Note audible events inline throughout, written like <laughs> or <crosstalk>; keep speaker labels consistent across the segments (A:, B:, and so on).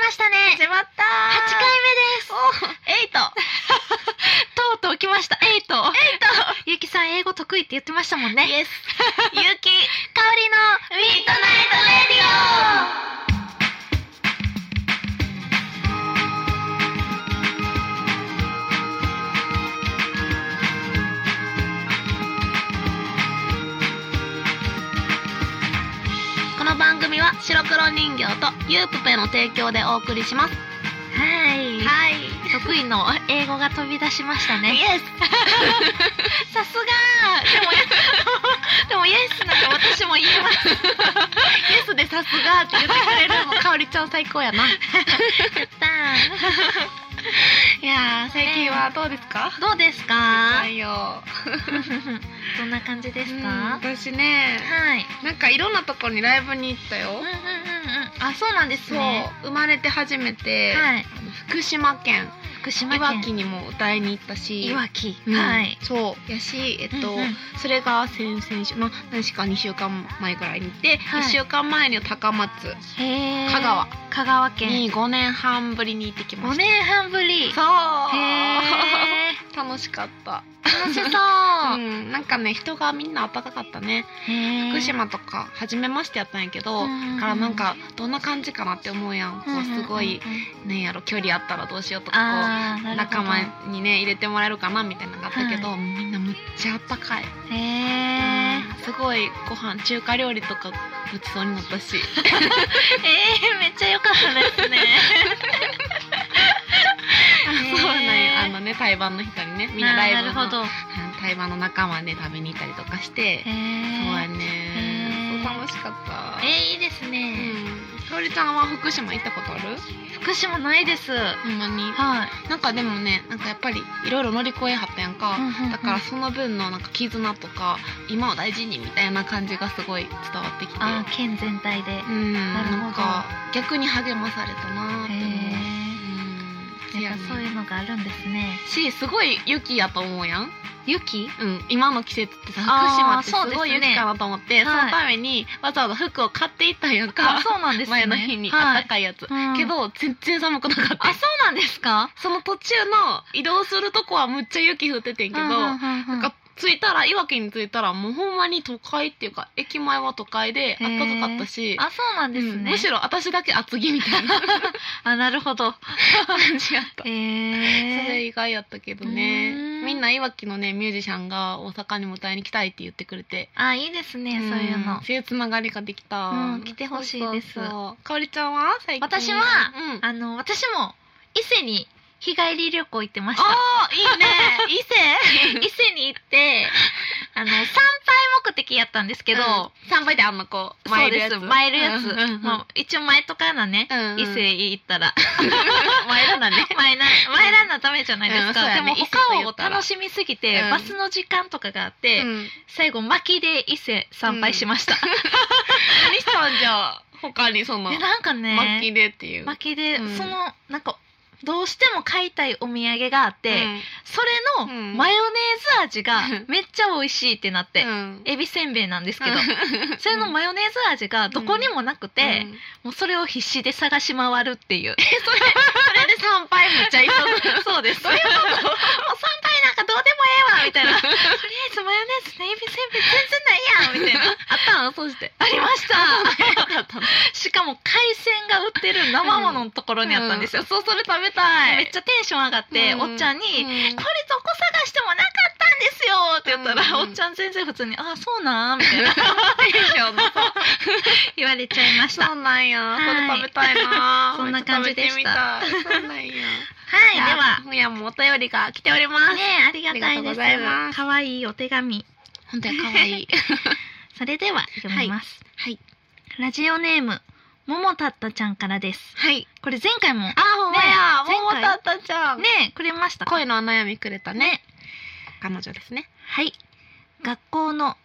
A: ましたね
B: 始まった
A: 8回
B: 目ですエイト
A: <laughs> とうとう来ましたエイト <laughs> ゆきさん英語得意って言ってましたもん <laughs> ね
B: イエスゆき
A: 香りのミッドナイトレディ
B: この番組は白黒人形とゆうぷぺの提供でお送りします
A: オはい
B: はい
A: 得意の英語が飛び出しましたね
B: エス
A: <laughs> さすがでもでもイエスなんか私も言えます
B: <laughs>
A: イエスでさすがって言ってくれるもう香りちゃん最高やなやった
B: いやー最近はどうですか
A: ーどうですか
B: いよ
A: どんな感じです
B: うん
A: か、
B: 私ね
A: はい
B: なんかいろんなとこにライブに行ったよ
A: うんうんうんうんあそうなんです
B: そう
A: ね
B: 生まれて初めて
A: はい
B: 福島県
A: 福島
B: いわき
A: 県
B: にも歌いに行ったし
A: いわき
B: うん
A: はい
B: そうやしえっと、
A: うんうん
B: それが先々週、まあ、何しか2週間前ぐらいに行って、
A: はい
B: 1週間前に高松
A: へー
B: 香川
A: 香川県
B: に5年半ぶりに行ってきま
A: 5
B: し
A: 年半ぶり
B: たそう
A: へー
B: <laughs> 楽しかった
A: 楽しそう
B: う、んなんかね人がみんな温かかったね
A: へー
B: 福島とか初めましてやったんやけど、
A: うん
B: からなんかどんな感じかなって思うやん、こうすごい
A: うんうんうん
B: ねやろ距離あったらどうしようとかこ
A: あーな
B: う
A: るほ
B: 仲
A: ど
B: 間にね入れてもらえるかなみたいなのがあったけど、
A: は
B: みんなむっちゃあったかい
A: へえ
B: すごいご飯中華料理とかごちそうになったし
A: えー、めっちゃ良かったですね
B: <laughs> そうなん <laughs> よあのね台湾の人にねみんなライブ
A: なるほ
B: の
A: どへ
B: うん台湾の仲間で食べに行ったりとかして
A: え
B: そうや
A: へー
B: ねそう楽しかった
A: えー、いいです
B: う
A: ね、
B: んかおりちゃんは福島行ったことある
A: 福島ないですは
B: ほんまに
A: い
B: なんかでもねなんかやっぱりいろいろ乗り越えはったやんか
A: うんうんうん
B: だからその分のなんか絆とか今を大事にみたいな感じがすごい伝わってきて
A: あー県全体でへ
B: うん
A: なるほど
B: なんか逆に励まされたなーって思ううん
A: え
B: い
A: や
B: や
A: っぱそう
B: ね
A: いうのがあるんですね
B: しすごい雪やと思うやん、
A: 雪
B: うん、今の季節ってさ
A: あー
B: 福島ってす
A: そ
B: ご
A: う
B: い
A: ですね
B: 雪かなと思ってそ,、
A: はい
B: のためにわざわざ服を買っていったんやんか、
A: あそうなんですね
B: 前の日に
A: は
B: あ
A: い
B: ったかいやつ、
A: うん
B: けど全然寒くなかった
A: あそうなんですか
B: その途中の移動するとこはむっちゃ雪降っててんけど、
A: うんうんうんう
B: なんんか着いたらいわきに着いたらもうほんまに都会っていうか駅前は都会で
A: へ
B: あ
A: ー
B: ったかかったし
A: あそうなんですね、
B: うんむしろ私だけ厚着みたいな
A: あなるほど
B: 感じやった
A: へ
B: それ
A: <laughs> え
B: 意外やったけど
A: う
B: ね
A: ん
B: みんないわきのねミュージシャンが大阪にも歌いに来たいって言ってくれて、
A: あいいですね、
B: ん
A: そういうの
B: そういうつながりができた、
A: うん来てほしいです
B: そうそうそうかおりちゃんは最近
A: 私は
B: うん、あ
A: あの私も伊勢に日帰り旅行行ってました
B: あーい <laughs> いね伊勢
A: <laughs> 伊勢に行ってあの参拝目的やったんですけど、
B: うん参拝であんまこう
A: そう
B: る
A: で
B: やつ
A: す参るやつ、
B: うんうんうん
A: まあ、一応前とかなね、
B: うんうん
A: 伊勢行った
B: <laughs>
A: ら
B: 前らなね
A: 前な前ランナーためじゃないです
B: うんそう
A: か、
B: や
A: で
B: ね
A: も
B: 伊勢と
A: 他
B: 言
A: を
B: ったら
A: 楽しみすぎて、
B: うん
A: バスの時間とかがあって、
B: うん
A: 最後巻きで伊勢参拝しました、
B: 何したんじゃあ他に
A: <laughs>
B: その
A: えなんかね
B: 巻きでっていう
A: 巻きで、
B: うん
A: そのなんかどうしても買いたいお土産があって、それ
B: う
A: の
B: ん
A: マヨネーズ味が
B: <laughs> うん
A: めっちゃ美味しいってなって、
B: うんうん
A: エビせんべいなんですけど、
B: うん
A: それのマヨネーズ味がどこにもなくて、
B: うん
A: もうそれを必死で探し回るって <laughs> いう
B: それで参拝めっちゃいそう
A: <laughs>
B: な
A: そうです
B: どういうこ
A: もう参拝なんかどうでもええわみたいなとりあえずマヨネーズねエビせんべい全然ないやんみたいな
B: あったのそう <laughs> して
A: <laughs> ありました
B: よかったの
A: しかも海鮮が売ってる生もののところにあったんですよ、
B: そうそれ食べたい
A: めっちゃテンション上がって、
B: うん
A: おっちゃんに、
B: うん
A: これどこ探してもなかったんですよって言ったら、
B: うん
A: おっちゃん全然普通に「あそうなん」みたいな
B: テンションの
A: <laughs> 言われちゃいました
B: そうなんやそれ食べたいな
A: <laughs> そんな感じでした
B: めっちゃ食べてみたいそうなんや
A: <laughs> はいでは
B: 今夜もお便りが来ております
A: ねえありがたい
B: あ
A: で
B: りがとうご
A: す
B: ざいます
A: 可愛いお手紙
B: 本当に可愛い
A: <laughs> それでは読みます、
B: <laughs> はい
A: ラジオネームももたったちゃんからです
B: はい
A: これ前回も
B: あほんまや
A: ね
B: ももたったちゃん
A: ねえくれました
B: 恋のお悩みくれたね彼女ですね
A: はい学校の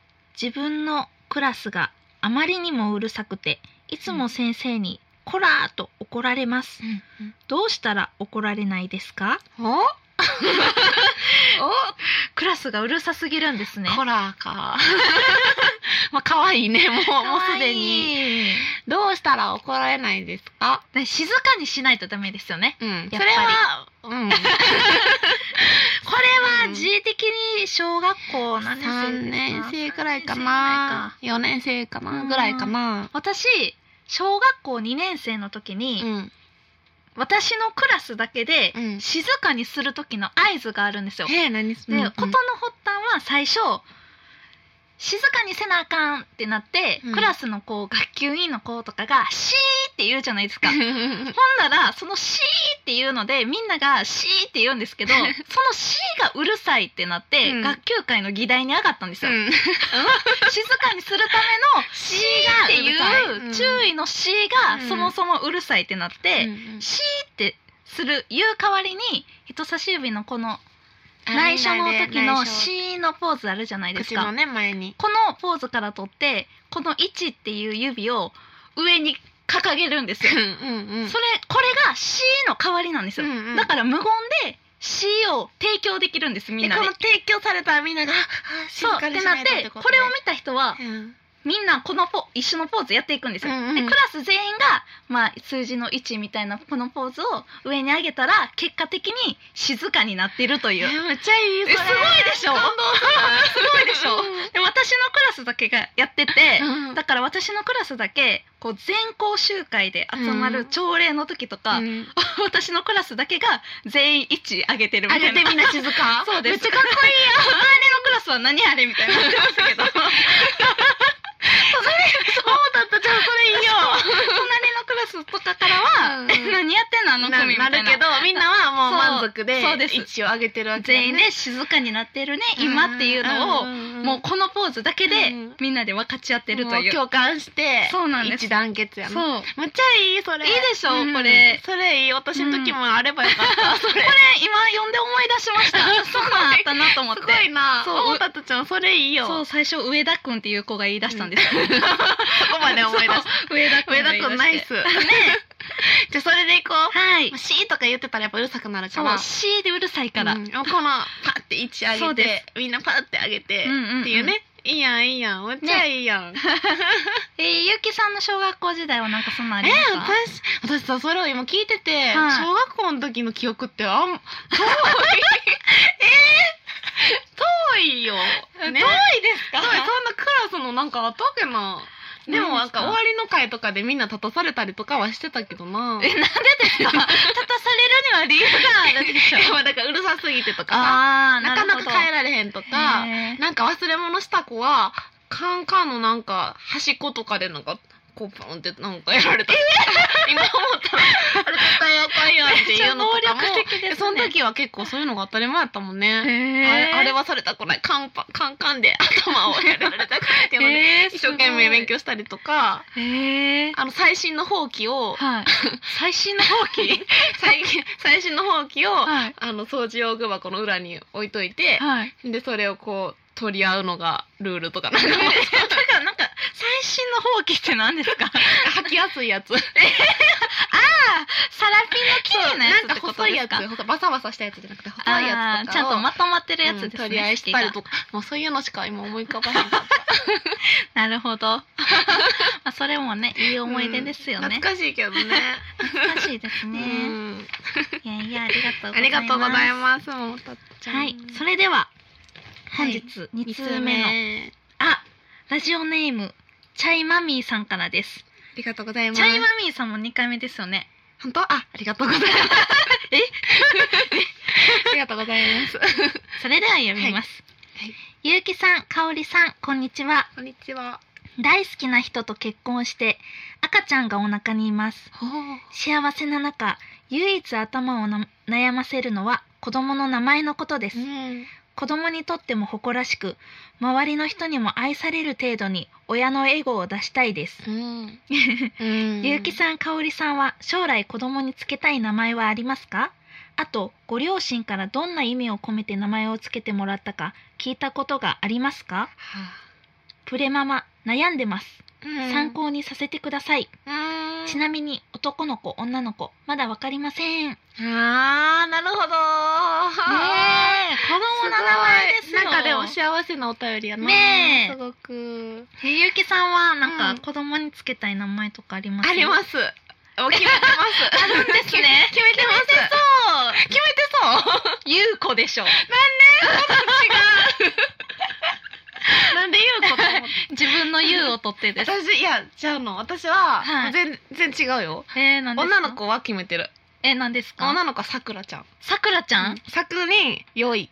A: 自分のクラスがあまりにもうるさくていつも先生に「こら!」と怒られますどうしたら怒られないですか
B: おお
A: クラスがうるさすぎるんですね <laughs>
B: ホラーかまあ可愛いねもうもう
A: 可
B: すでに
A: 愛い
B: どうしたら怒られないですか
A: で静かにしないとダメですよね
B: うん
A: やっ
B: そ
A: ぱ
B: れ
A: り
B: はうん
A: これは自衛的に小学校何
B: 3年
A: 年生
B: 生くらいか
A: 三年生
B: な
A: ぐらいか
B: 4年生かな
A: うん
B: ぐらいかな
A: 私小学校2年生の時
B: う
A: に、
B: ん
A: 私のクラスだけで、
B: うん
A: 静かにする時の合図があるんですよ。で、
B: えー何す
A: 事の発端は最初静かにせなあかんってなって、
B: うん
A: クラスの子学級委員の子とかが「シー」って言うじゃないですか。ほん
B: うん
A: ならその「シー」っていうのでみんなが「シー」って言うんですけ
B: <laughs>
A: どその「シー」がうるさいってなって、
B: うん
A: 学級会の議題に上がったんですよ。
B: <laughs> うん
A: 静かにするための「シー」っていう注意の「シー」
B: う
A: が
B: ん
A: そもそもうるさいってなって。
B: うん
A: シーってする言う代わりに人差し指のこの
B: あ
A: 内緒の時の
B: 内緒
A: シーのポーズあるじゃないです
B: 口の
A: か。
B: ね前に
A: このポーズから取ってこの1っていう指を上に掲げるんですよ。
B: うんうんうん
A: それこれがシーの代わりなんですよ。
B: うんうん
A: だから無言でシーを提供できるんですみん
B: で
A: な
B: こ
A: で
B: の。提供されたみんながああ静
A: そうっ
B: かに
A: て
B: し
A: なっ
B: ないとって
A: て
B: こと
A: これを見た人は
B: ねうん
A: みんなこのポ一緒のポーズやっていくんですよ。
B: うんうん
A: でクラス全員が、まあ、数字の1みたいなこのポーズを上に上げたら結果的に静かになっているという。
B: えめっちゃいい
A: え
B: そ
A: す
B: れ
A: ごいでしょ <laughs> すごいでしょで私のクラスだけがやってて、
B: うん
A: だから私のクラスだけこう全校集会で集ま
B: うん
A: る朝礼の時とか、
B: うん
A: <laughs> 私のクラスだけが全員1上げてるみた
B: あ
A: いな
B: げてみんな静か
A: <laughs> そうです
B: めっちゃかっこいいや
A: <laughs> 隣のクラスは何あれみたい
B: <laughs>
A: になってましたけど隣
B: そうだったじゃんそれいいよ
A: <laughs> のクラスとかからは「
B: うん
A: え <laughs> 何やってんのあの組」みた
B: ない
A: な
B: るけどみんなはもう満足で
A: そうそうです
B: 位置を上げてるわけだね
A: 全員で静かになってるね今っていうのを、
B: ん
A: もうこのポーズだけで
B: うん
A: みんなで分かち合ってると
B: も
A: いう
B: う共感して
A: そうなんです
B: 一致団結やな
A: そう
B: めっちゃいいそれ
A: いいでしょ
B: うん
A: これ
B: それいい私の時もあればよかった、それ
A: これ今呼んで思い出しました
B: <laughs>
A: そんなんあったなと思って
B: すごいな
A: そう
B: そうたとちゃんそれいいよ
A: そう最初上田くんっていう子が言い出したんですよ、
B: そこまで思い出した
A: <laughs> そう上田くん
B: 上
A: が
B: 田
A: 言い出して
B: 君
A: <laughs>
B: ナイスねじゃあそれでいこう
A: はい
B: 「シー」とか言ってたらやっぱうるさくなるか
A: そ
B: ら
A: う C でうるさいから、
B: うんこのパッて位置上
A: そう
B: げて
A: で
B: みんなパッて上げて、
A: うんうんうん
B: っていうねいいやんいいやんめっちゃいいやん、
A: えー、ゆうきさんの小学校時代はなんかそんなんあ
B: え
A: りますか、
B: 私私さそれを今聞いてて、
A: はい
B: 小学校の時の記憶って
A: <laughs>
B: あん遠いえー、遠いよ、
A: 遠い
B: ね、
A: です
B: そんなクラスのなんかあったわけなでもなんか終わりの会とかでみんな立たされたりとかはしてたけどな
A: えなんでですか立たされるには理由があるでしょ
B: <laughs> いやだからうるさすぎてとかさ
A: あー
B: なかなか帰られへんとか
A: へー
B: なんか忘れ物した子はカンカンのなんか端っことかでなんかこうポンってなんかやられた、 <laughs> 今思ったらあれ絶対あかんやんっていうのとかも
A: めっちゃ暴力的ですね
B: その時は結構そういうのが当たり前やったもん
A: え
B: ね、あれ
A: ー、
B: あれはされたくないカンパカンカンで頭をやられたくないっていうので、
A: <laughs> えー
B: 一生懸命勉強したりとか
A: すごいえー
B: あの最新の放棄を
A: はい最新の放棄
B: 最近最新の放棄を、
A: はい
B: あの掃除用具箱の裏に置いといて、
A: はい
B: でそれをこう取り合うのがルールとかなん
A: え
B: か
A: だ
B: もう
A: からなんか最新の放棄って何ですか
B: 履きやすいやつ
A: サラピンの綺麗なやつ
B: なん
A: っ
B: か
A: てこ
B: 細
A: と
B: い
A: です
B: やつ
A: か
B: ほバサバサしたやつじゃなくて細い
A: あ
B: やつ
A: ー
B: とかを
A: ちゃんとまとまってるやつですね、
B: うん取り合いしたりとかもうそういうのしか今思い浮かばない
A: なるほどまあそれもねいい <laughs> 思い出ですよ <laughs> ね、
B: 懐かしいけどね
A: 懐かしいです
B: う
A: ね、
B: ん
A: いやいやありがとうござ
B: あ
A: います
B: りがとうございますももたちゃん
A: はいそれでは本
B: はい
A: 日2
B: 二
A: 通目
B: 通
A: の、
B: 目
A: あラジオネームチャイマミーさんからです
B: ありがとうございます
A: チャイマミーさんも2回目ですよね
B: 本当あありがとうございます
A: え
B: <laughs> ありがとうございます
A: それでは読みます、
B: はいはい
A: ゆうきさんかおりさんこんにちは
B: こんにちは
A: 大好きな人と結婚して赤ちゃんがお腹にいます
B: ほう
A: 幸せな中唯一頭をな悩ませるのは子供の名前のことです、
B: ん
A: 子供にとっても誇らしく周りの人にも愛される程度に親のエゴを出したいです、
B: うん
A: ゆうきさんかおりさんは将来子供につけたい名前はありますかあとご両親からどんな意味を込めて名前をつけてもらったか聞いたことがありますか
B: はあ
A: プレママ悩んでます、
B: うん
A: 参考にさせてください
B: うんうん
A: ちなみに男の子女の子まだわかりませんね
B: あーなるほど
A: え
B: ね
A: 子供の名前ですよ
B: なんかでも幸せなお便りやな
A: ねえ
B: すごく
A: えゆうきさんはな
B: うんん
A: か子供につけたい名前とかあります
B: あります <laughs> すお決めてます
A: あるんですね
B: 決めてま
A: そ
B: す
A: う
B: 決めてそう
A: ゆうこでしょ
B: なんで言うこと思っ
A: 自分のゆうを取って
B: <laughs>
A: です
B: た私いやじゃあの私は、
A: はい
B: 全全然違うよ
A: えー、なんですか
B: 女の子は決めてる
A: えー、なんですか
B: 女の子はさくらちゃん
A: さくらちゃん、
B: さくに良い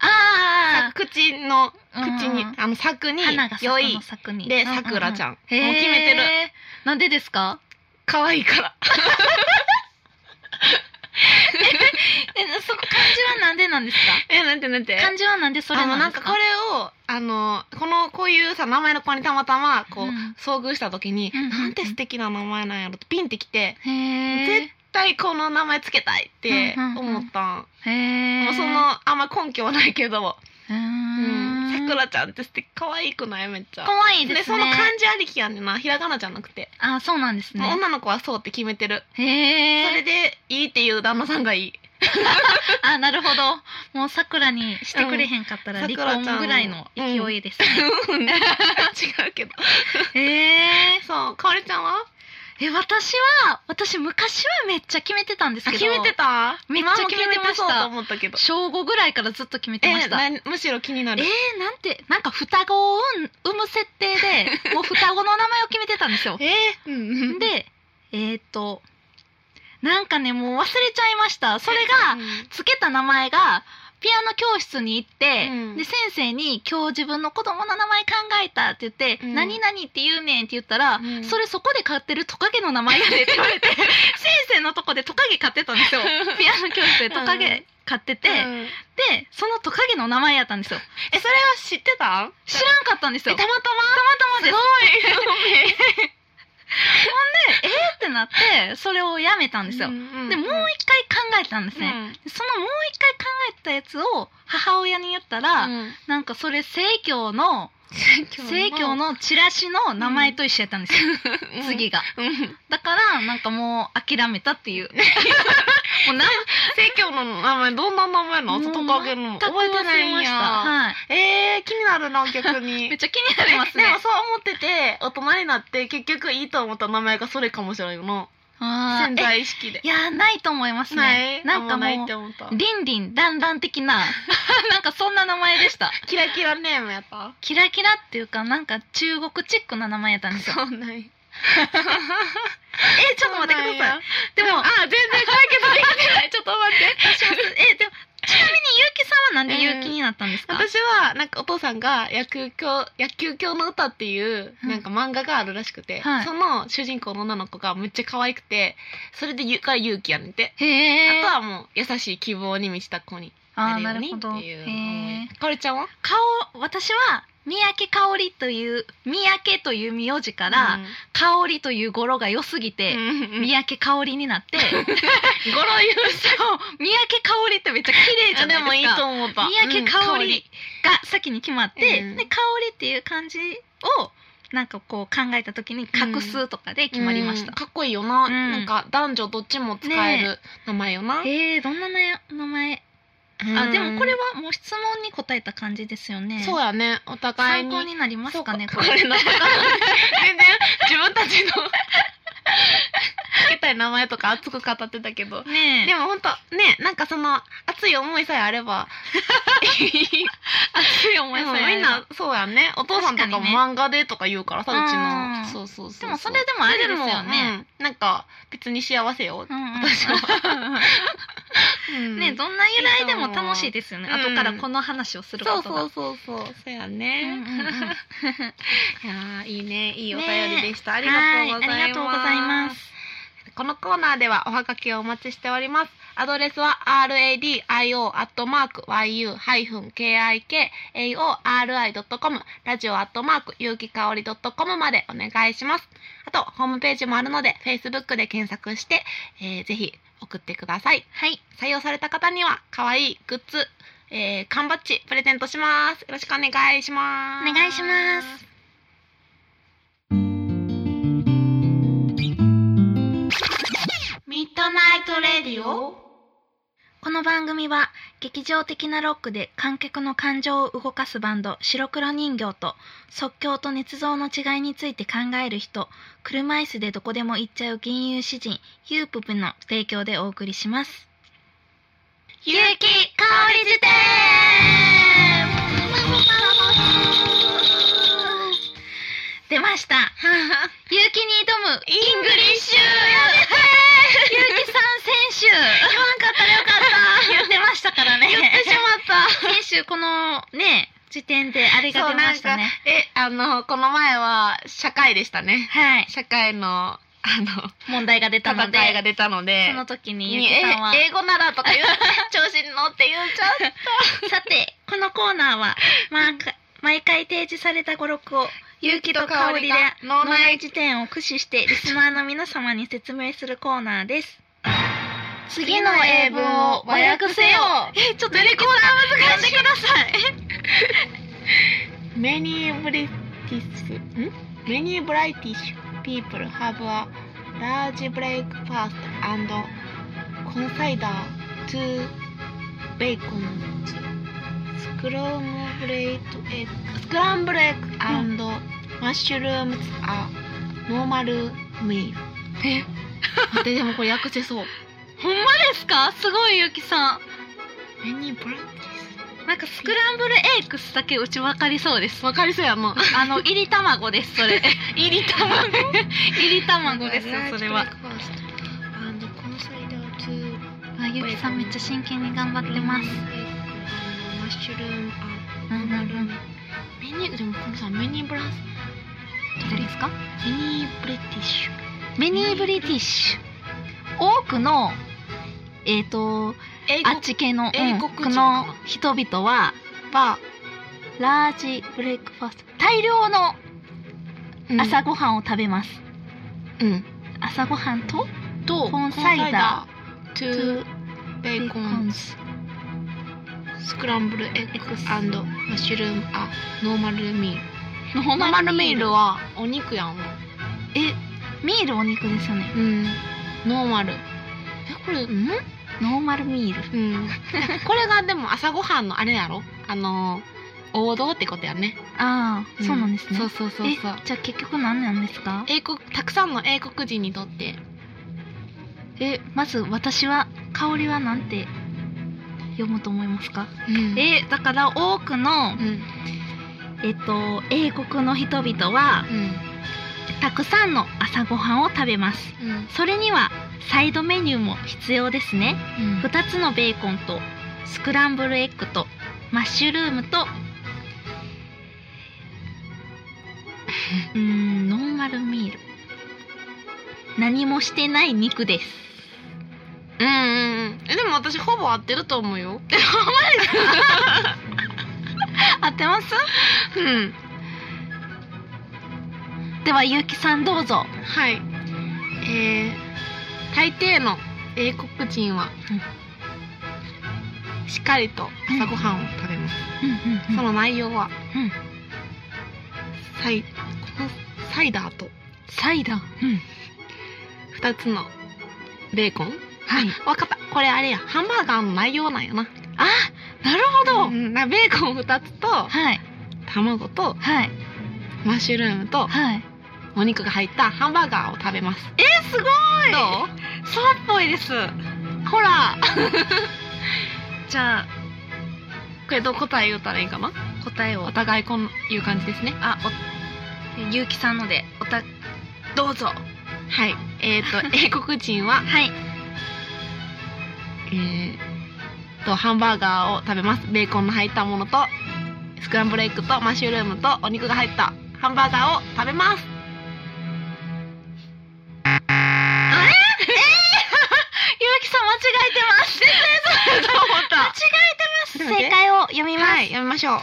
A: あ
B: 口の
A: あ
B: 口にあのさくに
A: 花が咲
B: 良
A: く
B: い
A: の咲くに
B: でさくらち
A: ゃん
B: ゃんもう決
A: へー
B: めてる
A: なんでですか
B: 可愛いから <laughs>
A: えそこ漢字はなんでなんですか
B: えなんてなんて
A: 漢字はなんでそれ
B: あの
A: な
B: なんん
A: です
B: か
A: か
B: これをあのこのこういうさ名前の子にたまたまこう、
A: うん
B: 遭遇した時に、
A: うんうんうん
B: なんて素敵な名前なんやろってピンってきて
A: へえ
B: 絶対この名前つけたいって思ったん、
A: へえ
B: もうそのあんま根拠はないけど
A: う
B: 「
A: ん
B: さくらちゃん」って素敵可愛くないめっちゃ
A: 可愛い
B: で,、
A: です
B: そ
A: ね
B: の漢字ありきやんねんなひらがなじゃなくて、
A: あそうなんですね
B: 女の子はそうって決めてる、
A: へ
B: それ
A: え
B: でいいっていう旦那さん
A: <laughs>
B: がいい
A: あなるほどもうさくらにしてくれへんかったら
B: うん
A: 離婚ぐらいの勢いですね
B: うんね違うけど
A: へえ
B: そうかおりちゃんは
A: え私は私昔はめっちゃ決めてたんです
B: あ
A: けど
B: 決めてた
A: めっちゃ決めてました
B: 今も決めてそうと思ったけど
A: 小5ぐらいからずっと決めてました
B: えなむしろ気にな
A: え
B: る
A: ー、なんてなんか双子を産ん産む設定
B: <laughs>
A: でもう双子の名前を決めてたんですよ。
B: えーうん
A: でえっ、となんかねもう忘れちゃいましたそれがつけた名前がピアノ教室に行って、
B: うん
A: で先生に「今日自分の子供の名前考えた」って言って「
B: うん
A: 何々って言うねん」って言ったら、
B: うん
A: それそこで飼ってるトカゲの名前
B: <laughs>
A: やで」って言われて先生のとこでトカゲ飼ってたんですよピアノ教室でトカゲ飼ってて、
B: うんうん
A: でそのトカゲの名前やったんですよ
B: えそれは知ってたん
A: 知らんかったんですよ
B: えたまたま
A: まです
B: ごい
A: えーってなってそれをやめたんですよ、でもう一回考えたんですね、そのもう一回考えたやつを母親に言ったら、なんかそれ正教の正教のチラシの名前と一緒やったんですよ、次がだからなんかもう諦めたっていうもうな
B: 正教の名前どんな名前なのトカゲの覚えてないんや
A: はい
B: えー気になるな逆
A: めっ
B: に
A: ちゃ気になりますね
B: でもそう思ってて大人になって結局いいと思った名前がそれかもしれないよな
A: あー
B: 潜在意識で
A: えいやーないと思います
B: な
A: ね
B: い
A: なんか
B: あんまない
A: も
B: って
A: う
B: 思った
A: リンリンダンダン的な <laughs> なんかそんな名前でした
B: キラキラネームやった
A: キラキラっていうかなんか中国チックな名前やったん
B: <laughs>
A: ですよ
B: うなんやえ
A: え
B: ちょっと待ってください
A: いでも
B: あ全然解決できて <laughs> ないちょっと待って
A: えでもちなみにゆうきさんはなんでゆうきになったんですか、
B: 私はなんかお父さんが野球教「野球教の歌」っていう
A: うん
B: なんか漫画があるらしくて、
A: はい
B: その主人公の女の子がめっちゃ可愛くてそれでゆから勇気やねんて、
A: へえ
B: あとはもう優しい希望に満ちた子に
A: あー
B: なる
A: な
B: よう
A: る
B: に
A: ほ
B: って
A: ど
B: いう
A: へ
B: 思
A: え
B: いかおりちゃんは
A: 顔私は三宅香織という三宅という名字から、
B: うん
A: 香織という語呂が良すぎ
B: う
A: て、
B: んうん
A: 三宅香織になって <laughs> そう
B: 語呂言う
A: 三宅香織ってめっちゃ綺麗じゃ
B: あ
A: ないで
B: です
A: か
B: もいいと思った
A: 三宅香
B: うん
A: 織が先に決まって、
B: うん
A: で香織っていう漢字をなんかこう考えた時に画数とかで決まりまし
B: う
A: た
B: ん、かっこいいよな、
A: うん
B: なんか男女どっちも使え
A: ね
B: る名前よな、
A: えー、どんなな名前
B: うん
A: あでもこれはもう質問に答えた感じですよね
B: そうやねお互い
A: 参
B: に
A: 考になりますかね
B: そう
A: これ
B: これな全然自分たちのつけたい名前とか熱く語ってたけど
A: ねえ
B: でも本当 <laughs> ねなんかその熱い思いさえあれば
A: 熱い思
B: で
A: い
B: も
A: さえあれば
B: みんなそうやねお父さんとかも
A: 確かにね
B: 漫画でとか言うからさうち
A: うん
B: のそうそうそう
A: でもそれでもあれですよね、
B: うんなんか別に幸せよ、
A: うんうん
B: 私はうん
A: ねどんな由来でも楽しいですよね、
B: いいと思
A: 後
B: う
A: からこの話をするこ
B: そう
A: とが
B: そうそうそうそうや
A: うんうん
B: ね、
A: うん
B: いやーいいねいいお便り
A: ね
B: でした、あり
A: はい
B: がとうございま
A: <laughs>
B: す
A: ありがとうございます
B: このコーナーではおはがきをお待ちしております。アドレスは radio.yu-kikaori.com ラジオ .yukiKaori.com までお願いします。あと、ホームページもあるので、Facebook で検索して、えーぜひ送ってください。
A: はい
B: 採用された方には、可愛いグッズ、えー缶バッジプレゼントします。よろしくお願いします。
A: お願いします
B: ミッドナイトレディオ
A: この番組は劇場的なロックで観客の感情を動かすバンド白黒人形と即興と捏造の違いについて考える人車椅子でどこでも行っちゃう銀融詩人ユーププの提供でお送りします。
B: ゆうきかおり <laughs> 辞典
A: 出ました勇気に挑む
B: イングリッ <laughs> シュ
A: 勇気さん選手
B: 言わんかったらよか <laughs> った
A: 言ってましたからね
B: 言ってしまった
A: 先週このね時点であれが出ましたね
B: えあのこの前は社会でしたね
A: はい
B: 社会のあの
A: 問題が出たので
B: 戦いが出たので
A: その時にゆう
B: に
A: き
B: え
A: さんは
B: 英語ならとか言う <laughs> 調子に乗って言うちゃう
A: さてこのコーナ <laughs> ーは、まあ、毎回提示された語録を <laughs> 勇気と香りで
B: 脳
A: 脳内
B: 内
A: 辞典を駆使してリスナーの皆様に説明するコーナーです次
B: 次
A: の
B: の
A: 英
B: 英
A: 文
B: 文
A: を
B: を
A: 和
B: 和
A: 訳
B: 訳
A: せ
B: せ
A: よ
B: よ
A: えちょっと英語は難しいください
B: Many British ん Many British people have a large breakfast and consider two bacons scrambled egg scrambled egg and mushrooms a normal meal え待ってでもこれ訳せそう
A: ほんまですかすごいゆうきさん
B: Many British
A: なんかスクランブルエッグスだけうちわかりそうです
B: わかりそうやもう
A: <laughs> あの入り卵ですそ <laughs> れ入り卵入り卵です <laughs> それは
B: and consider two
A: あゆうきさんめっちゃ真剣に頑張ってます
B: マッシュルームあ
A: うんうんうん
B: メニーでもこのさメニーブラス
A: 誰ですか
B: メニーブリティッシュ
A: メニーブリティッシュ多くのえっ、と
B: 英
A: あっち系の
B: 英国人
A: うんの人々は
B: は
A: ラージブレイクファースト大量の朝ごはんを食べます、
B: うん
A: 朝ごはんと
B: と
A: コンサイダ
B: ート
A: ト
B: ゥ
A: ゥ
B: ーベーコンスクランブルエ
A: エッグス
B: ッグマッシュルームあノーマルミール
A: のほ
B: ノーマルミールはお肉やんも
A: えミールお肉ですよね
B: うんノーマルえこれん
A: ノーマルミール
B: うん、これがでも朝ごはんのあれやろあのー王道ってことやね、
A: ああ、そうなんですね
B: そうそうそうそう
A: えじゃあ結局何なんですか
B: 英国たくさんの英国人にとって
A: えまず私は香りはなんて読むと思いますか、
B: うん
A: えだから多くの
B: うん
A: えっと、英国の人々は
B: うん
A: たくさんの朝ごはんを食べます
B: うん
A: それにはサイドメニューも必要ですね2つのベーコンとスクランブルエッグとマッシュルームと <laughs> うーんノーマルミール何もしてない肉です
B: うんうんうんえでも私ほぼ合ってると思うよ
A: 合ってます
B: うん
A: ではゆうきさんどうぞ
B: はいえー、大抵の英国人は、しっかりと朝ごはんを食べます、その内容は
A: うん
B: サイこのサイダーと
A: サイダー、
B: 2つのベーコン
A: はい
B: わかったこれあれやハンバーガーの内容なんやな
A: あなるほど、
B: うんなベーコン2つと
A: はい
B: 卵と
A: はい
B: マッシュルームと
A: はい
B: お肉が入ったハンバーガーを食べます
A: えすごい
B: ど
A: そうっぽいです
B: うほら <laughs>
A: じゃあ
B: これどう答え言うたらいいかな
A: 答えを
B: お互いこんいう感じですね
A: あおゆうきさんのでおたどうぞ
B: はいえっ、
A: <laughs>
B: と英国人は
A: はい
B: えー、とハンバーガーを食べますベーコンの入ったものとスクランブルエッグとマッシュルームとお肉が入ったハンバーガーを食
A: <laughs>
B: べます
A: ゆうきさん間違えてます絶対そうだと思った間違えてます <laughs> 正解を読みます、
B: はいやめましょう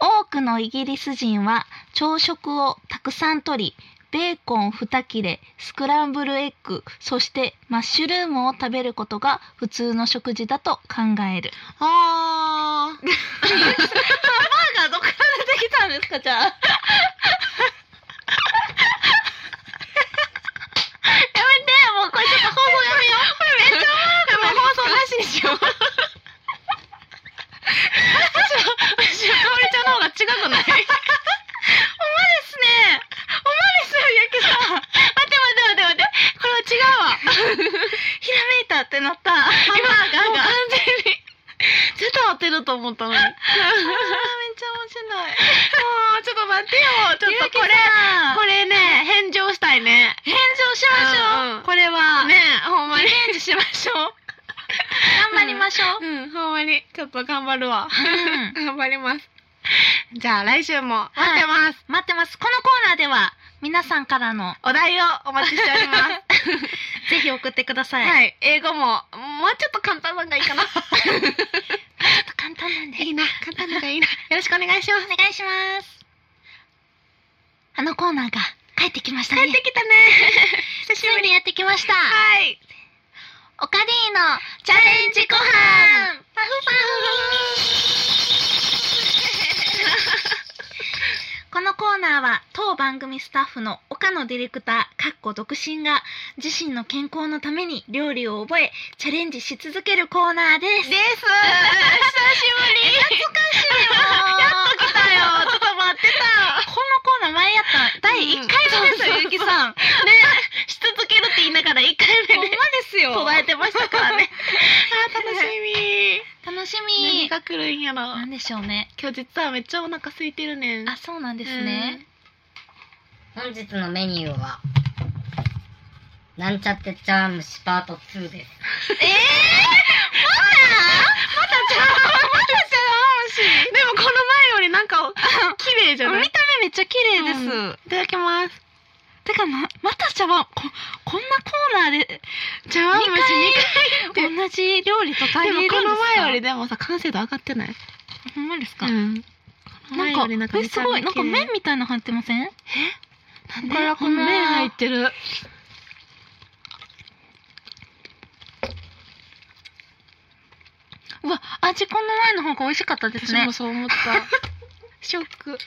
A: 多くのイギリス人は朝食をたくさんとりベーコン2切れスクランブルエッグそしてマッシュルームを食べることが普通の食事だと考える
B: あ
A: バ
B: ー
A: ーガーどこから出てきたんですかじ <laughs> ゃあやめてもうこれちょっと放送やめよう
B: ってなったハンバーガーが完全に絶対当てると思ったのにあーめっちゃ面白いもうちょっと待ってよちょっとこれこれね返上したいね
A: 返上しましょう、
B: うんうん
A: これは、
B: ねほんま
A: リ
B: に
A: ベンジしましょう頑張りましょう、
B: うんほんまにちょっと頑張るわ
A: うん
B: 頑張りますじゃあ来週も待ってます、
A: 待ってますこのコーナーでは皆さんからの
B: お題をお待ちしてお <laughs> ります
A: ぜひ送ってください、
B: はい、英語も、もうちょっと簡単なのがい <laughs> いかな。
A: ちょっと簡単なんで
B: いいな、簡単なのがいいな。よろしくお願いします。
A: お願いしますあのコーナーが帰ってきましたね
B: 帰ってきたね。久し
A: つ
B: ぶ
A: い
B: り。
A: にやってきました
B: はい。
A: オカリーのチャレンジご飯
B: パフパ
A: このコーナーは当番組スタッフの岡野ディレクターかっこ独身が自身の健康のために料理を覚えチャレンジし続けるコーナーです
B: フ。です。久しぶり。懐かしやっと来たよ。ちょっと待ってた。
A: このコーナー前やった第1回目ですよ、
B: うん
A: ゆきさん
B: ね、し続けるって言いながら一回
A: ほんま
B: 目
A: で
B: です
A: よ
B: 途絶えてましたからね。 <laughs> あ
A: 楽し
B: み。
A: 楽し
B: 何
A: み
B: が来るんやろ
A: な。んでしょうね
B: 今日実はめっちゃお腹空いてるねん。
A: あ、そうなんですね、
C: 本日のメニューは、なんちゃって茶碗蒸しパート2です。
A: ええ
B: またちゃん、またちゃん、でもこの前よりなん <laughs> か、綺麗じゃない
A: 見た目めっちゃ綺麗です、
B: うんいただきます。
A: てかなまた茶碗ここんなコーナーで
B: 茶碗蒸し2回って。
A: 同じ料理とか
B: で
A: 言えるんです
B: も
A: か
B: この前よりでもさ、完成度上がってない
A: ほんまですか、
B: ん。
A: なんかえすごいなんか麺みたいなの入ってません
B: なん
A: で
B: からこの麺入ってる。
A: うわ味この前の方が美味しかったです
B: 私
A: ね
B: もそう思った。 <laughs> ショック。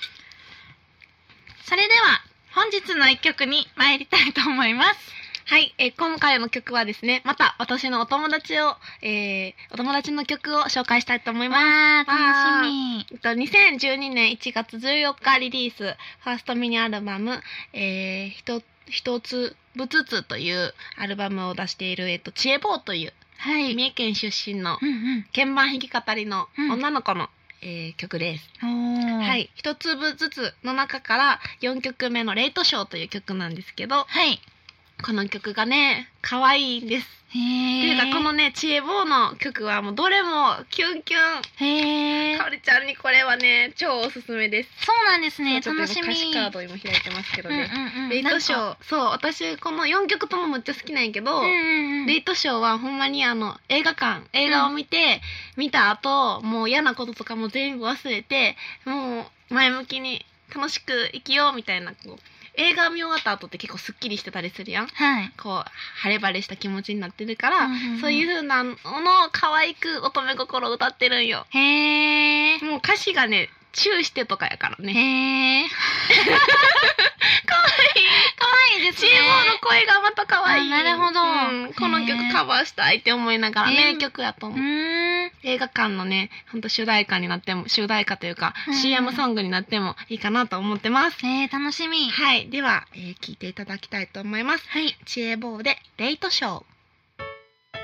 A: それでは本日の一曲に参りたいと思います
B: はい、えー今回の曲はですね、また私のお友達を、えーお友達の曲を紹介したいと思います。
A: わ
B: ー楽し
A: み
B: えっと2012年1月14日リリースファーストミニアルバム「えー、ひとひとつぶつつ」というアルバムを出している、えっと、知恵坊という
A: はい
B: 三重県出身の
A: うん
B: 鍵盤弾き語りの
A: うん
B: 女の子の、えー曲です。
A: うんおー
B: はい、一粒ずつの中から4曲目の「レイトショー」という曲なんですけど
A: はい
B: この曲がね可愛いんです。
A: へ
B: と
A: え
B: いうかこのね知恵坊の曲はもうどれもキュンキュン
A: へえ
B: かおりちゃんにこれはね超おすすめです。
A: そうなんですね
B: ちょっと
A: 楽しみ
B: 今歌詞カード今開いてますけどね、
A: うんうんうん
B: レイトシ
A: なんか
B: ョーそう私この4曲ともめっちゃ好きなんやけど、
A: うんうんうん
B: レイトショーはほんまにあの映画館映画を見て、見た後もう嫌なこととかも全部忘れてもう前向きに楽しく生きようみたいなこう映画見終わった後って結構すっきりしてたりするやん
A: はい
B: こう晴れ晴れした気持ちになってるから、
A: うんうんうん
B: そういう風なのを可愛く乙女心を歌ってるんよ
A: へえ
B: もう歌詞がねチューしてとかやからね
A: へえ <laughs> かわいいかわいいです
B: チ
A: ね
B: ーボの声がまた可愛い。
A: あなるほど
B: うんこの曲カバーしたいって思いながら
A: へー
B: ね、名曲やと
A: う
B: 思う。
A: ーん
B: 映画館のね、ほんと主題歌になっても、主題歌というか
A: うん、
B: CM ソングになってもいいかなと思ってます。
A: えー、楽しみ
B: はい、では、えー聞いていただきたいと思います。
A: はい
B: 知恵坊でレイトショー。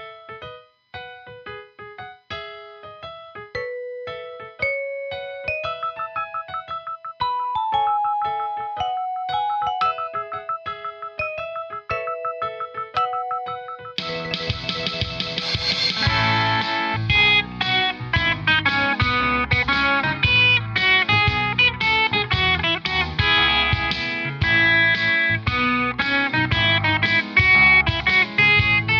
A: 「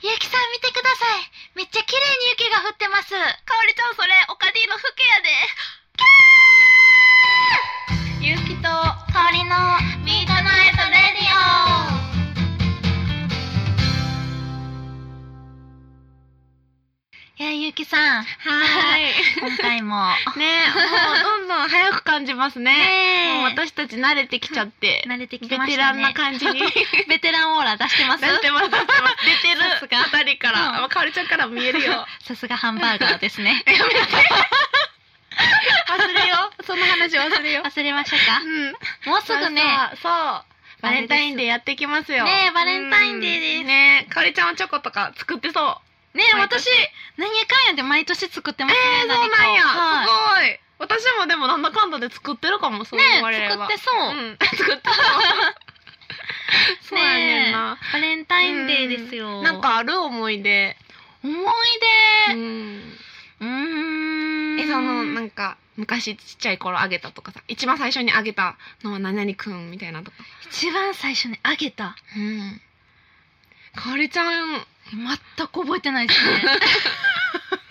A: ゆきさん見てくださいめっちゃ綺麗に雪が降ってます
B: かおりちゃんそれオカディのフケやでゆうきと
A: 香りのミートナイトレディオいやゆうきさん <laughs>
B: はい
A: 今回も
B: ねえもうどんどん早く感じます <laughs> ねもう
A: ねえ
B: 私たち慣れてきちゃって
A: <laughs> 慣れてき
B: ベ
A: まし
B: テ
A: た
B: ラン
A: ね
B: な感じに出
A: <laughs>
B: て
A: ベテランオーラ出してま
B: ますす出てます出てる
A: さすが
B: 二人から、
A: う
B: かおりちゃんからも見える
A: <laughs>
B: よ
A: さすがハンバーガーです
B: <laughs>
A: ね
B: 忘れよその話忘れよ
A: 忘れましたか
B: うん
A: もうすぐね
B: そうバレンタインデーやってきますよ
A: ねえバレンタインデーです
B: うんねえかおりちゃんはチョコとか作ってそう
A: ねえ
B: 毎年
A: 私何やかんやで毎年作ってますね
B: えー、そうなんや、
A: 何かを
B: すごい私もでもなんだかんだで作ってるかもそう言わ
A: はい
B: れ
A: ね
B: れ
A: え
B: ば
A: 作ってそう、
B: うん、 <laughs> 作ってそうそうやねんな、
A: ねえバレンタインデーですよ、
B: なんかある思い出、
A: 思いう出
B: ん、
A: うーん
B: えそのなんんか昔ちっちゃい頃あげたとかさ一番最初にあげたのは何々くんみたいなとか
A: 一番最初にあげた
B: うんかおりちゃん嘘
A: 全く覚えてないです
B: <laughs>
A: ね
B: 覚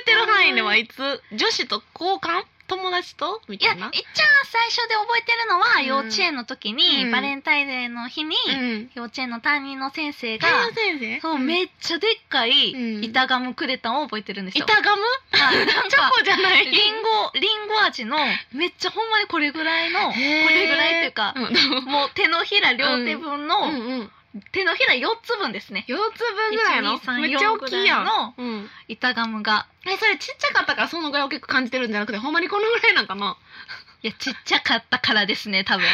B: えてる範囲ではいつ女子と交換友達とみ
A: いや
B: たい
A: 一番
B: な
A: 最初で覚えてるのは
B: うん
A: 幼稚園の時に、
B: うん
A: バレンタインデーの日に、
B: うん
A: 幼稚園の担任の先生が、
B: 太陽先生
A: そう、めっちゃでっか
B: うん
A: い板ガムくれたんを覚えてるんですよ。
B: 板ガム
A: はいなんか
B: チョコじゃない
A: リンゴ、リンゴ味の、めっちゃほんまにこれぐらいの、こ
B: へー
A: れぐらいっていうか、
B: う
A: もう手のひら両手分の、
B: んうんうん
A: 手のひら4つ分ですね。
B: 四つ分ぐらい
A: 1
B: の
A: 2 3
B: めっちゃ大きいや
A: 4
B: ん
A: ぐらいの
B: うん
A: 板ガムが。
B: えそれちっちゃかったからそのぐらい大きく感じてるんじゃなくてほんまにこのぐらいなんかない
A: や、ちっちゃかったからですね、多
B: <laughs>
A: 分。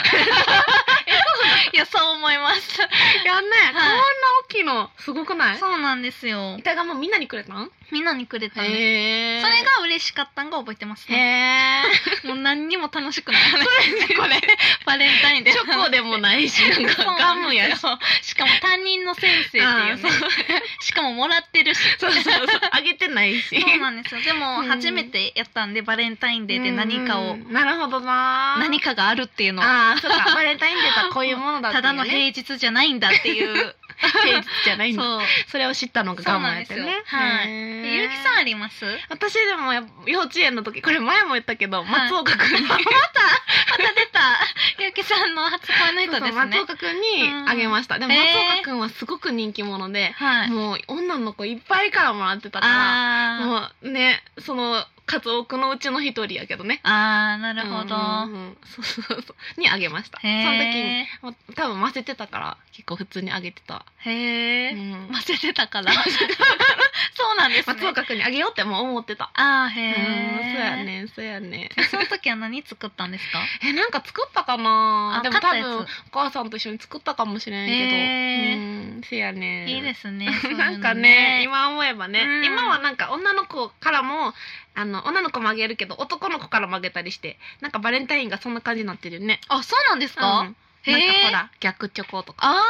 A: いや、そう思います。
B: やんね、こんな大きいのすごくない
A: そうなんですよ。
B: 板ガムみんなにくれたん
A: みんなにくれたんです。
B: へ
A: そ
B: え
A: れが嬉しかったんが覚えてますね。
B: へえ
A: もう何にも楽しくない話。
B: これ
A: バレンタインデー
B: チョコでもないしなん
A: そ
B: か
A: う
B: ガム <laughs> やし
A: そうしかも担任の先生っていうね
B: あー
A: しかももらってるし
B: そうそうそうあげてないし
A: そうなんですよでも
B: うん
A: 初めてやったんでバレンタインデーで何かを
B: うんうんなるほどな
A: 何かがあるっていうのは
B: ああそうかバレンタインデーとはこういうものだってい
A: た
B: うね
A: だの平日じゃないんだっていう
B: 平日じゃないんだ
A: そう
B: それを知ったのが
A: そ
B: 我
A: うなん
B: 慢や
A: で
B: っ
A: す
B: てね
A: よはい
B: へ
A: で
B: ー
A: ゆうきさんあり <laughs> ます
B: 私でもやっぱ幼稚園の時これ前も言ったけど、
A: はい
B: 松岡く
A: <laughs>
B: んに
A: また出た <laughs> ゆうきさんの初恋の人
B: そうそう
A: ですね
B: 松岡くんにあげました、でも
A: へー
B: 松岡くんはすごく人気者で、
A: はい
B: もう女の子いっぱいからもらってたか
A: あー
B: らもうねその数多くのうちの一人やけどね
A: あーなるほど
B: うんうんうんそうそうそうにあげましたそ
A: へー
B: の時にま多分混ぜてたから結構普通にあげてた、
A: へ
B: う
A: え
B: ん
A: 混ぜてたから <laughs> そうなんですね
B: 松岡くんにあげようってもう思ってた
A: ああへ
B: うん
A: え
B: そうやねそうやね
A: えその時は何作ったんですか
B: えなんか作ったかな
A: あ
B: でも多
A: 買った
B: 分お
A: やつ
B: 母さんと一緒に作ったかもしれんけど、
A: へ
B: うんせやね
A: いいです
B: <laughs>
A: ね
B: なんかね今思えばね、
A: うん
B: 今はなんか女の子からもあの女の子もあげるけど男の子からもあげたりしてなんかバレンタインがそんな感じになってるよね
A: あそうなんです
B: うん、
A: か、
B: なんか
A: へえ
B: ほら逆チョコとか
A: あ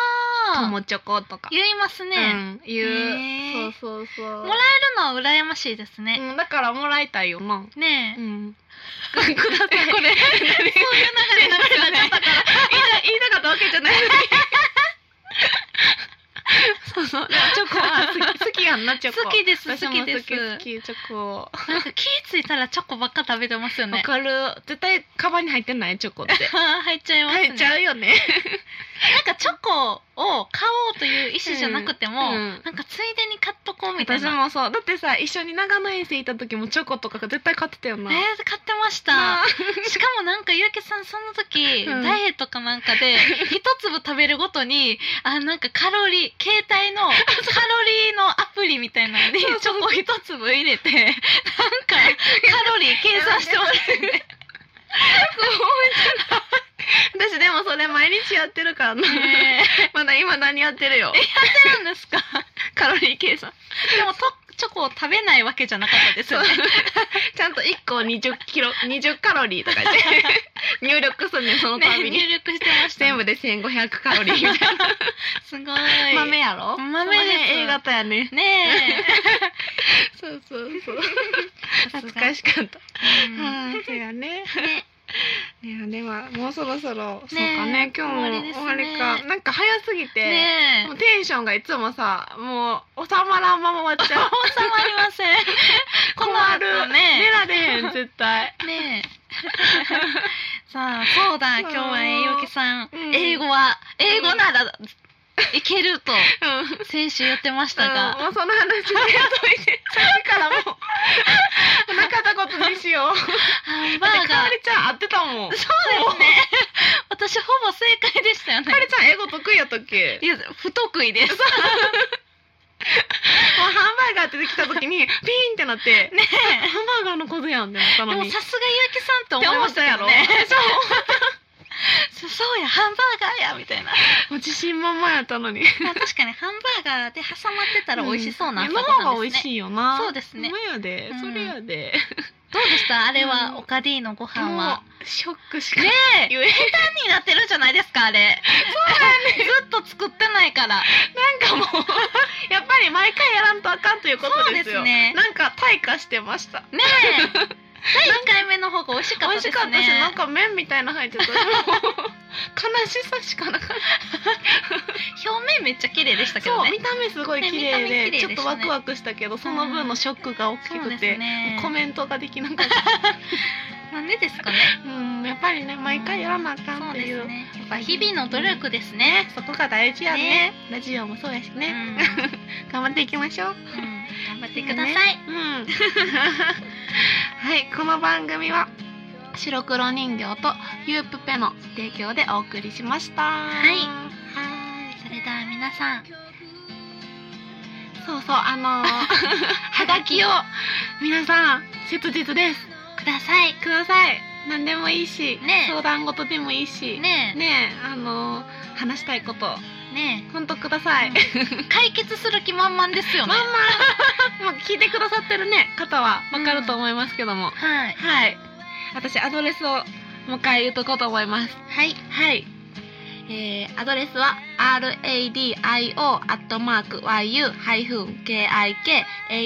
A: あ
B: 友チョコとか
A: 言いますね、もら
B: うん、い
A: へ
B: う
A: え
B: そうそうそう
A: もらえるのは羨ましいですね、
B: うん、だからもらいたいよな
A: ねえ、
B: うんくださいこれ <laughs> そういう流
A: れなんかね
B: なっちゃったから言いた言いたかったわけじゃない <laughs> そうそうでもチョコは好き好きやんなチョコ
A: 好きです
B: 私も好き
A: 好きです
B: 好きチョコ
A: <laughs> なんか気ぃついたらチョコばっか食べてますよ
B: わ
A: ね
B: かる絶対カバンに入ってないチョコって
A: あー入っちゃいますね
B: 入っちゃうよね
A: なんかチョコを買おうという意思じゃなくても、
B: うんうん
A: なんかついでに買っとこうみたい
B: 私
A: な
B: もそうだってさ一緒に長野遠征行った時もチョコとか絶対買ってたよ
A: え
B: な、
A: ー、買ってました <laughs>
B: なあ
A: しかもなんかゆうけさんその時、
B: うん
A: ダイエットかなんか
B: <laughs>
A: で一粒食べるごとにあなんかカロリー携帯
B: <laughs>
A: のカロリーのアプリみたいなのにチ
B: そうそう
A: ョコ一粒入れてなんかカロリー計算してますよね。
B: 私でもそれ毎日やってるからな、 <laughs> まだ今何やってるよ
A: そうなんですか
B: カロリー計算
A: でもとチョコを食べないわけじゃなかったですよね。
B: ちゃんと1個20キロ20カロリーと
A: <laughs>
B: か言って入力すんねんその
A: ね
B: たびに、
A: 入力してましたね、
B: 全部で1500カロリーみたい
A: すごい
B: な豆やろ
A: 豆
B: その辺
A: です
B: A 型
A: <laughs>
B: やね
A: ね
B: そう <laughs> そうそう
A: え
B: 懐かしかった、
A: うん
B: <laughs> はいそうやねいやではもうそろそろ、そうか
A: ね
B: ね今日も
A: 終わり
B: 終
A: ですね
B: わりかなんか早すぎて、
A: ねえ
B: もうテンションがいつもさもう収まらんまま終わっ
A: <laughs>
B: ちゃう
A: 収まりませんこの
B: 困る
A: 後ね
B: 寝られへん絶
A: <laughs>
B: 対
A: ね
B: <laughs>
A: えさあそうだ今日は栄養きさん、
B: うん
A: 英語は英語ならいけると
B: うん
A: 先週言ってました
B: う
A: が
B: ん、もうその話しといてさっきからもうなかったことにしよう
A: ハンバ
B: だっ
A: ー
B: てか
A: ガ
B: わ
A: ー
B: りちゃん合って
A: <laughs>
B: たもんかわり
A: そうですね私ほぼ正解でしたよね
B: ちゃん英語得意やったっけ
A: いや不得意です
B: もうハンバーガーってできた時にピーンってなって、ね、ハンバーガーのことやんってなった
A: で
B: の
A: も
B: に
A: さすがゆうきさんと
B: って
A: 思い
B: 思
A: ま
B: っ
A: したた
B: や
A: よ
B: ろ、
A: ね
B: そう
A: <laughs> そうそうやハンバーガーやみた
B: <laughs>
A: いな
B: もう <laughs> 自信満々やったのに
A: まあ確かにハンバーガーで挟まってたら美味しそうな
B: うん
A: 朝
B: の
A: ご
B: 方
A: は
B: が
A: ん
B: 美
A: です
B: 味
A: ね、
B: しいよな
A: そうですね
B: ほんまやで、
A: うん
B: それやで
A: どうでしたあれ
B: うん
A: はオカディのご飯は
B: もうショックしか
A: ねえ
B: 言えへん
A: 何になってるんじゃないですかあれ <laughs> そうやねずっと作ってないから
B: なんかもうやっぱり毎回やらんとあかんということですよ
A: そうですね
B: なんか退化してました
A: ね
B: <laughs>
A: え第1回目の方が美味しかった
B: 美
A: ですね
B: 味しかったし、なんか麺みたいなの入って
A: <laughs>
B: たしもう悲しさしかなかった
A: 表面めっちゃ綺麗でしたけ
B: そ
A: ど
B: う
A: ね
B: 見た目すごい綺
A: ね見た
B: 麗
A: 目綺麗
B: で
A: でし
B: ち
A: た
B: ょっ
A: ね
B: とワクワクしたけどその分のショックが大き
A: そうで
B: く
A: す
B: て、
A: ね
B: コメントができなかった
A: <laughs> なんでですかね
B: うんやっぱりね毎回やらなあかん
A: そ
B: っ
A: う
B: て
A: で
B: いう
A: すねやっぱ日々の努力ですね、
B: そこが大事やねラジオもそうやし
A: うん
B: ね、頑張っていきましょう
A: う
B: <laughs>
A: ん頑張ってください、
B: うん <laughs> はいこの番組は白黒人形とゆうぷぺの提供でお送りしました
A: い
B: はい
A: それでは皆さん
B: そうそう
A: <laughs>
B: あのー、はがきを皆さん切実です
A: ください
B: ください何でもいいし、
A: ねえ
B: 相談事でもいいし
A: ね
B: ねえあのー話したいこと
A: えね
B: 本当ください、
A: うんえ解決する気満々ですよね
B: まんま <laughs> もう聞いてくださってるね方はわかると思いますけど
A: は
B: も、
A: い
B: はい私アドレスをもう一回言うとこうと思います
A: はい
B: はいえー、アドレスは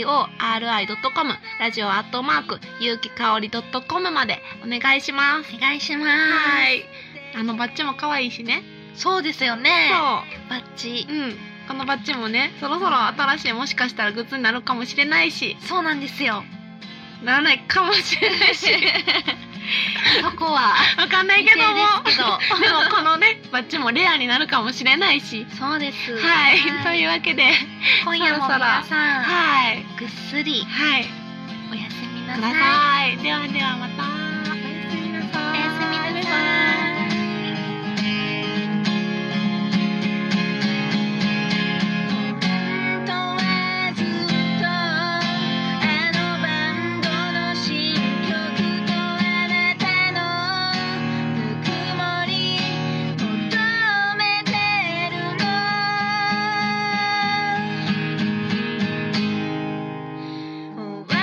B: radio.yu-kikaori.com ラジオ .com ゆうきかおり .com までお願いします
A: お願いします
B: はいあのバッジも可愛いしね
A: そうですよね
B: そう
A: バッチ
B: うん、このバッジもねそろそろ新しいもしかしたらグッズになるかもしれないし
A: そうなんですよ
B: ならないかもしれないし <laughs>
A: そこは
B: わかんないけども
A: 未定ですけど
B: でもこのねバッジもレアになるかもしれないし
A: そうです。
B: はい、というわけで
A: 今夜も
B: そろそろ
A: 皆さん、
B: はい
A: ぐっすり
B: はい
A: おやすみな
B: く
A: さ
B: だ
A: い。
B: さいではではまたおやすみなさ
A: お
B: い
A: やすみなさい。
D: 本当はずっとあのバンドの新曲とあなたのぬくもり求めてるのお別れ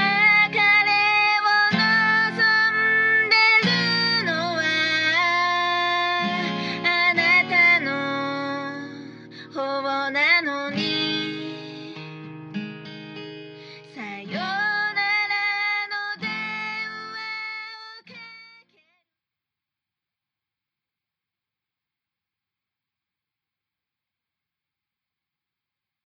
D: を望んでるのはあなたの方なのに